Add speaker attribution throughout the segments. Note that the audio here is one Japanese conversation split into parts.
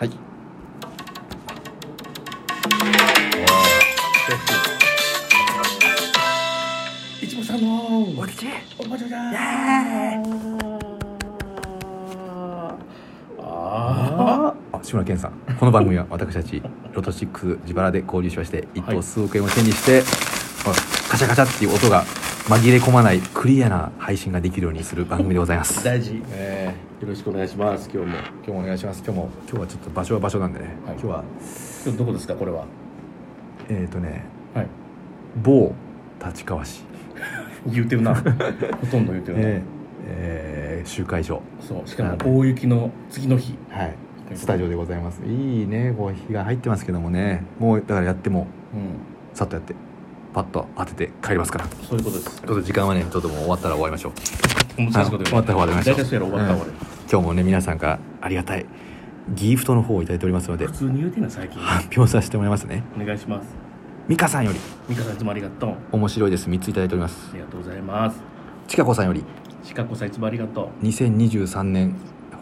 Speaker 1: はい。
Speaker 2: いちごさんのお
Speaker 1: ち
Speaker 2: おまじだ
Speaker 1: イエ
Speaker 2: あ
Speaker 1: あ志村けんさんこの番組は私たちロト6自腹で購入しまして一等数億円を手にして、このカチャカチャっていう音が紛れ込まないクリアな配信ができるようにする番組でございま
Speaker 2: ー
Speaker 1: す
Speaker 2: 大事、えー、よろしくお願いします今日も
Speaker 1: 今日もお願いします今日も今日はちょっと場所は場所なんでね、
Speaker 2: はい
Speaker 1: 今日は
Speaker 2: 今日どこですかこれは
Speaker 1: えっ、ー、とね
Speaker 2: はい
Speaker 1: 某立川市、
Speaker 2: 言うてる なほとんど言うてるな、
Speaker 1: えーえー集会所
Speaker 2: そうしかも大雪の次の日
Speaker 1: はいスタジオでございますいいねこう日が入ってますけどもねもうだからやっても
Speaker 2: うん
Speaker 1: さっとやってパッと当てて帰りますからち
Speaker 2: そういうことです
Speaker 1: ょっと時間はねちょっともう終わったら終わりましょう
Speaker 2: 面白いこと
Speaker 1: 終わったら終わりましょう
Speaker 2: 大体そうやろ終わったら終わ
Speaker 1: 今日もね皆さんからありがたいギフトの方をいただいておりますの
Speaker 2: り
Speaker 1: で
Speaker 2: 普通に言うてんな最近
Speaker 1: 発表させてもらいますね
Speaker 2: お願いします
Speaker 1: 美香さんより
Speaker 2: 美香さんいつもありがとう
Speaker 1: 面白いです3ついただいております
Speaker 2: ありがとうございます
Speaker 1: ちかこさんより
Speaker 2: シカ子さんいつもありがと
Speaker 1: 2023年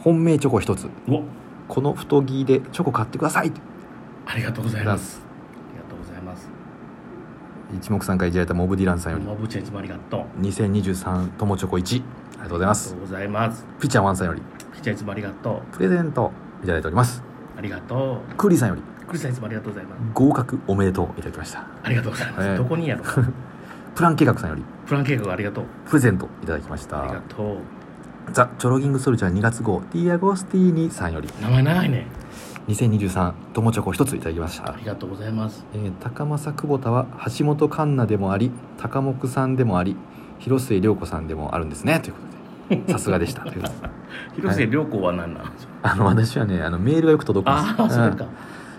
Speaker 1: 本命チョコ1つ
Speaker 2: うお
Speaker 1: この太着でチョコ買ってください
Speaker 2: ありがとうございますありがとうございます
Speaker 1: 一目散会いじられたモブディランさんより
Speaker 2: マブちゃんいつもありがとうあ
Speaker 1: 2023友チョコ1ありがとうございま
Speaker 2: りが
Speaker 1: す
Speaker 2: とうございます
Speaker 1: ピッチャーワンさんより
Speaker 2: ピちゃんいつもありがとう
Speaker 1: プレゼントいただいております
Speaker 2: ありがと
Speaker 1: クーリーさんより
Speaker 2: うクリスさんいつもありがとうございます
Speaker 1: 合格おめでとういただきました
Speaker 2: ありがとうございます、
Speaker 1: ええ
Speaker 2: どこにやろ
Speaker 1: プラン計画さんより
Speaker 2: プラン計画ありがとう
Speaker 1: プレゼントいただきまし
Speaker 2: ありが
Speaker 1: た
Speaker 2: とう
Speaker 1: ザ・チョロギングソルジャー2月号ディアゴスティーニさんより
Speaker 2: 名前長いね
Speaker 1: 2023友チョコ一ついただきまし
Speaker 2: あ
Speaker 1: た、
Speaker 2: りがとうございます
Speaker 1: えー高政久保田は橋本環奈でもあり高木さんでもあり広末涼子さんでもあるんですねということでさすがでしたということで
Speaker 2: 広末涼子は何なん
Speaker 1: あの私はねあのメールがよく届くん
Speaker 2: あ
Speaker 1: です
Speaker 2: あそう
Speaker 1: うん
Speaker 2: か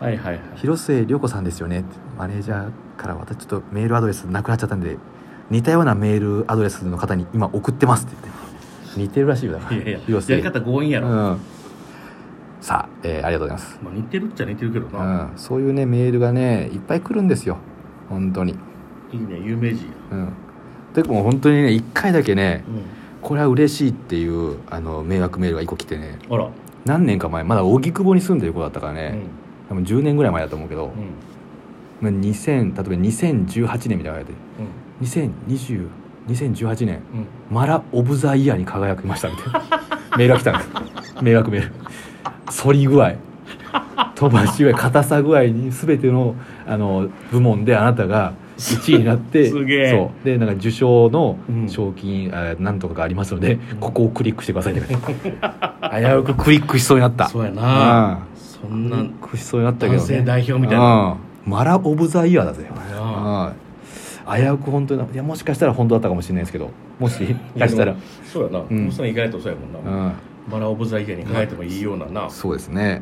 Speaker 2: はいはいはい
Speaker 1: 広末涼子さんですよねってマネージャーから私ちょっとメールアドレスなくなっちゃったんで似たようなメールアドレスの方に今送ってますって言って似てるらしいよだから
Speaker 2: いやいや
Speaker 1: 広
Speaker 2: や
Speaker 1: 末
Speaker 2: り方強引やろ、
Speaker 1: うん、さあ、えーありがとうございます
Speaker 2: まあ、似てるっちゃ似てるけどな、
Speaker 1: うん、そういうねメールがねいっぱい来るんですよ本当に
Speaker 2: いいね有名人、
Speaker 1: うんでもう本当にね1回だけね
Speaker 2: う
Speaker 1: これは嬉しいっていうあの迷惑メールが1個来てね
Speaker 2: ん、あら、
Speaker 1: 何年か前まだ荻窪に住んでる子だったからね、多分10年ぐらい前だと思うけど
Speaker 2: うん、うん
Speaker 1: まあ2000例えば2018年みたいなのが2020 2018年
Speaker 2: うんうん
Speaker 1: マラ・オブ・ザ・イヤーに輝きましたみたいなメールが来たんです迷惑メール反り具合飛ばし具合硬さ具合に全てのあの部門であなたが1位になって
Speaker 2: すげえ
Speaker 1: そうでなんか受賞の
Speaker 2: うん
Speaker 1: 賞金、あなんとかがありますので、
Speaker 2: ん
Speaker 1: ここをクリックしてくださいって書いてある危うくクリックしそうになった
Speaker 2: そうやな
Speaker 1: うん
Speaker 2: そ
Speaker 1: ク
Speaker 2: ん
Speaker 1: リ
Speaker 2: な
Speaker 1: ックしそうになったけど、ね、
Speaker 2: 男性代表みたいな
Speaker 1: うんマラ・オブ・ザ・イヤーだぜ
Speaker 2: あ
Speaker 1: はい危うく本当にいやもしかしたら本当だったかもしれないですけども しかしたら
Speaker 2: そうやな、
Speaker 1: ん
Speaker 2: もうそれ意外とそうやもんな、
Speaker 1: うん
Speaker 2: バラオブザイヤーに輝いてもいいようなな、
Speaker 1: そうですね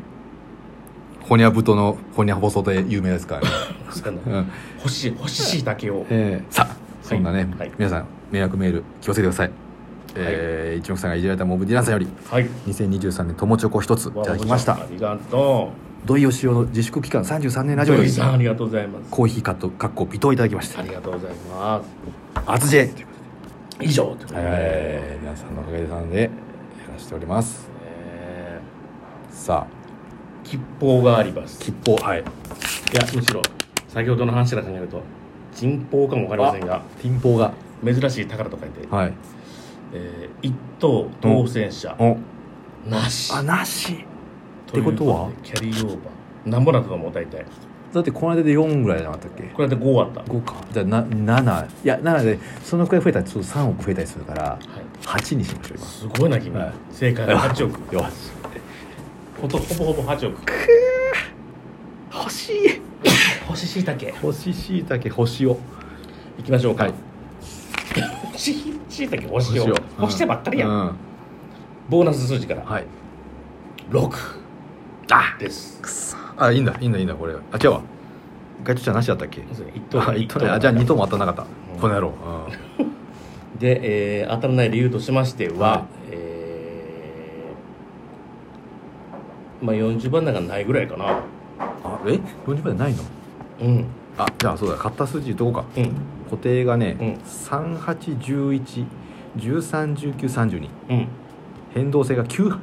Speaker 1: ほにゃぶとのほにゃ細で有名ですから ね、
Speaker 2: そうやな
Speaker 1: うん
Speaker 2: 欲しい欲しいだけを
Speaker 1: えーさあそんなね、
Speaker 2: はい
Speaker 1: 皆さん迷惑メール気をつけてください、えー一目さんがいじられたモブディランさんより
Speaker 2: はいい
Speaker 1: 2023年友チョコ一ついただきました
Speaker 2: ありがと
Speaker 1: 土井善雄の自粛期間33年
Speaker 2: う
Speaker 1: ラジオよ
Speaker 2: ジョイ
Speaker 1: り
Speaker 2: さんありがとうございます
Speaker 1: コーヒーカットかっこ微糖いただきまし
Speaker 2: あ
Speaker 1: た
Speaker 2: りがとうございます
Speaker 1: あつじえ
Speaker 2: 以上ということで
Speaker 1: えー皆さんのおかげさんでやらしております
Speaker 2: え
Speaker 1: さあ
Speaker 2: ー吉報があります
Speaker 1: 吉報はい
Speaker 2: いやむしろ先ほどの話から考えると人報かもわかりませんが
Speaker 1: ピンポーが
Speaker 2: 珍しい宝と書いて、
Speaker 1: はい
Speaker 2: えー、一等当選者
Speaker 1: お
Speaker 2: なし
Speaker 1: あなし
Speaker 2: という
Speaker 1: ってことは
Speaker 2: でキャリーオーバーなんぼなんとかもう大体
Speaker 1: だってこの間で4ぐらいじゃなかったっけ
Speaker 2: これで5あったは
Speaker 1: 5かじゃあな7いや7でそのくらい増えたらちょっと3億増えたりするから
Speaker 2: い
Speaker 1: 8にしましょう今
Speaker 2: すごいな君、
Speaker 1: はい
Speaker 2: 正解が8億
Speaker 1: よし
Speaker 2: ほとほぼほぼ8億
Speaker 1: 欲しい
Speaker 2: 干し椎茸
Speaker 1: 欲しいしいたけ星を
Speaker 2: いきましょうか、
Speaker 1: はい
Speaker 2: 干し椎茸干し
Speaker 1: 干し
Speaker 2: を
Speaker 1: を
Speaker 2: 干してばっかりやん、
Speaker 1: うん
Speaker 2: ボーナス数字から
Speaker 1: はい
Speaker 2: 6
Speaker 1: あ
Speaker 2: です
Speaker 1: くそあいいんだいいんだいいんだこれあ違うわガチョちゃんなしだったっけ
Speaker 2: 一等
Speaker 1: あ一等ねあじゃあ2等も当たんなかっ
Speaker 2: うん
Speaker 1: たこの野郎
Speaker 2: で、えー当たらない理由としましては、
Speaker 1: はい
Speaker 2: えーまあ40番なんかないぐらいかな
Speaker 1: あえ40倍ないの
Speaker 2: うん
Speaker 1: あじゃあそうだ買った数字どこか
Speaker 2: うん
Speaker 1: 固定がね、
Speaker 2: うん
Speaker 1: 3811131932
Speaker 2: うん
Speaker 1: 変動性が918202830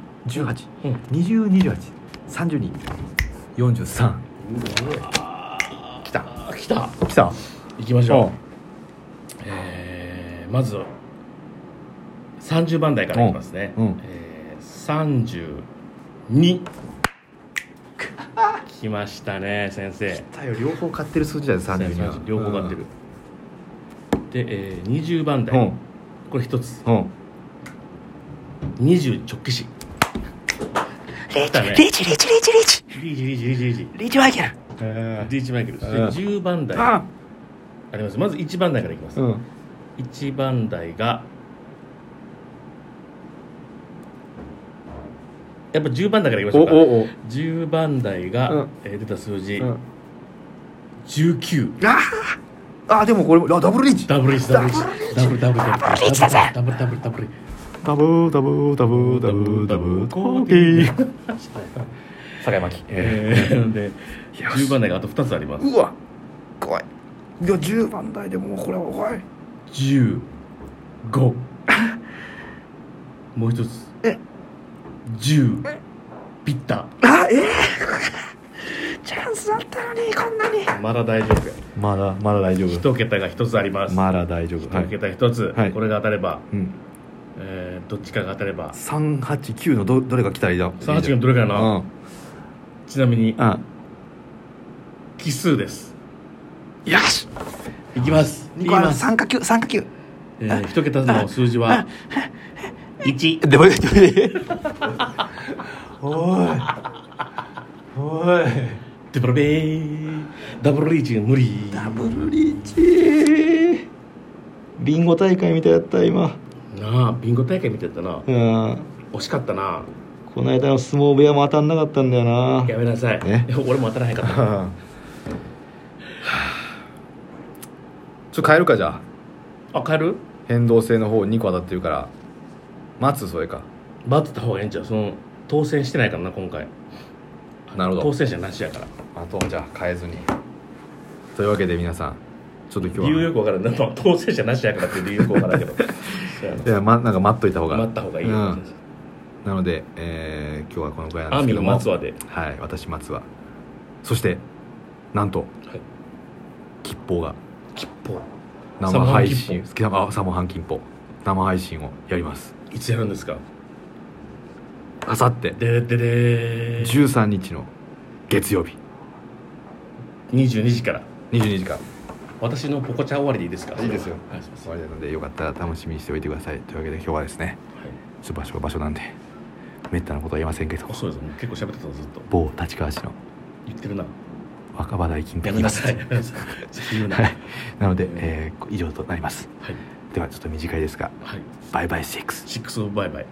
Speaker 1: 30人43
Speaker 2: 来た来た
Speaker 1: 来た
Speaker 2: 行きまし
Speaker 1: う
Speaker 2: ょ
Speaker 1: ん
Speaker 2: うえーまず30番台からいきますね、
Speaker 1: うんうん
Speaker 2: えー32来ましたね先生
Speaker 1: だよ両方買ってる数字だよ32は
Speaker 2: 両方買ってる、で、えー、20番
Speaker 1: う
Speaker 2: 台、
Speaker 1: ん
Speaker 2: これ一つ
Speaker 1: うん
Speaker 2: 20直帰し
Speaker 3: リー
Speaker 2: だ
Speaker 3: チ、
Speaker 2: ね
Speaker 3: リーチ、リーチ、リーチ、リーチ、
Speaker 2: リーチリーチリーチ
Speaker 3: リ
Speaker 2: リーチ
Speaker 3: ーチマイケル。
Speaker 1: へ
Speaker 2: リーチマイケルで
Speaker 1: うん
Speaker 2: 10番台あ
Speaker 1: あ
Speaker 2: りますまず1番台からいきます、
Speaker 1: うん
Speaker 2: 一番台がやっぱ10番台からいきまし
Speaker 1: お
Speaker 2: ょうか
Speaker 1: おお
Speaker 2: 10番台が、
Speaker 1: うん
Speaker 2: えー出た数字、
Speaker 1: うん
Speaker 2: 19
Speaker 1: あーあーでもこれもあダブルリーチ
Speaker 2: ダブルリーチダブルリーチダブルダブルダブルダブル
Speaker 3: チだぜ
Speaker 2: ダブルダブルダブル
Speaker 1: ダブーダブーダブーダブーダブーコーティー
Speaker 3: 坂井真紀。
Speaker 2: えーなので
Speaker 1: よ
Speaker 2: 10番台があと2つあります
Speaker 1: うわ怖いいや10番台でもうこれは怖い
Speaker 2: 15もう一つ
Speaker 1: え
Speaker 2: 10ピッタ
Speaker 1: あええチャンスだったのにこんなに
Speaker 2: まだ大丈夫や
Speaker 1: まだまだ大丈夫
Speaker 2: 一桁が一つあります
Speaker 1: まだ大丈夫はい
Speaker 2: 一、桁一つ、
Speaker 1: はい
Speaker 2: これが当たれば、
Speaker 1: うん、
Speaker 2: えーどっちかが当たれば
Speaker 1: 389のどどれが来たらいいだ
Speaker 2: 3八のどれかやな、
Speaker 1: うん
Speaker 2: ちなみに
Speaker 1: あ
Speaker 2: 奇数です
Speaker 3: よし
Speaker 2: いきます
Speaker 3: 二個あ
Speaker 2: 言い
Speaker 3: る
Speaker 2: ます
Speaker 3: 三か九、三か九。
Speaker 2: えー一桁の数字 は1
Speaker 3: でも、で
Speaker 1: おいおい
Speaker 2: ダブルベーダブルリーチが無理
Speaker 1: ダブルリーチビンゴ大会みたいだった今
Speaker 2: なあビンゴ大会みたいだったな
Speaker 1: うん
Speaker 2: 惜しかったな
Speaker 1: この間の相撲部屋も当たんなかったんだよ な
Speaker 2: やめなさい
Speaker 1: ね
Speaker 2: 俺も当たらへんかった
Speaker 1: ちょっと変えるかじゃあ
Speaker 2: あ帰る
Speaker 1: 変動性の方2個当たってるから待つそれか
Speaker 2: 待ってた方がええんちゃうその当選してないからな今回
Speaker 1: なるほど
Speaker 2: 当選者なしやから
Speaker 1: あとはじゃあ変えずにというわけで皆さんちょっと今
Speaker 2: 理由
Speaker 1: 日は
Speaker 2: よくわからんなんか当選者なしやからっていう理由よくわから んけどそうやない
Speaker 1: や、ま、なんか待っといた方が
Speaker 2: 待った方がいい、
Speaker 1: う
Speaker 2: よ
Speaker 1: んなので、えー今日はこのぐらいなん
Speaker 2: ア
Speaker 1: です
Speaker 2: ー
Speaker 1: け
Speaker 2: ミー
Speaker 1: ど
Speaker 2: の
Speaker 1: も
Speaker 2: 松はで
Speaker 1: はい私松はそしてなんと
Speaker 2: はい
Speaker 1: 吉報が
Speaker 2: 吉報
Speaker 1: 生配信あサモハン金報生配信をやります
Speaker 2: いつやるんですか
Speaker 1: あさって
Speaker 2: でででー
Speaker 1: 13日の月曜日
Speaker 2: 22時から
Speaker 1: 22時から
Speaker 2: 私のポコチャ終わりでいいですか
Speaker 1: いいですよ
Speaker 2: はいすいませ
Speaker 1: 終
Speaker 2: ん
Speaker 1: わりなのでよかったら楽しみにしておいてくださいというわけで今日はですね
Speaker 2: はい
Speaker 1: ちょっと場所は場所なんでめったなことは言えませんけど
Speaker 2: 遅いぞもう結構喋ってたぞずっと
Speaker 1: 某立川市の
Speaker 2: 言ってるな
Speaker 1: 若葉台近
Speaker 2: や
Speaker 1: 辺
Speaker 2: めなさい やめなさいちょっと言うな
Speaker 1: は
Speaker 2: はい
Speaker 1: いなので、えー以上となります
Speaker 2: はい
Speaker 1: ではちょっと短いですが
Speaker 2: はい
Speaker 1: バイバイ6
Speaker 2: シックスオブバイバイ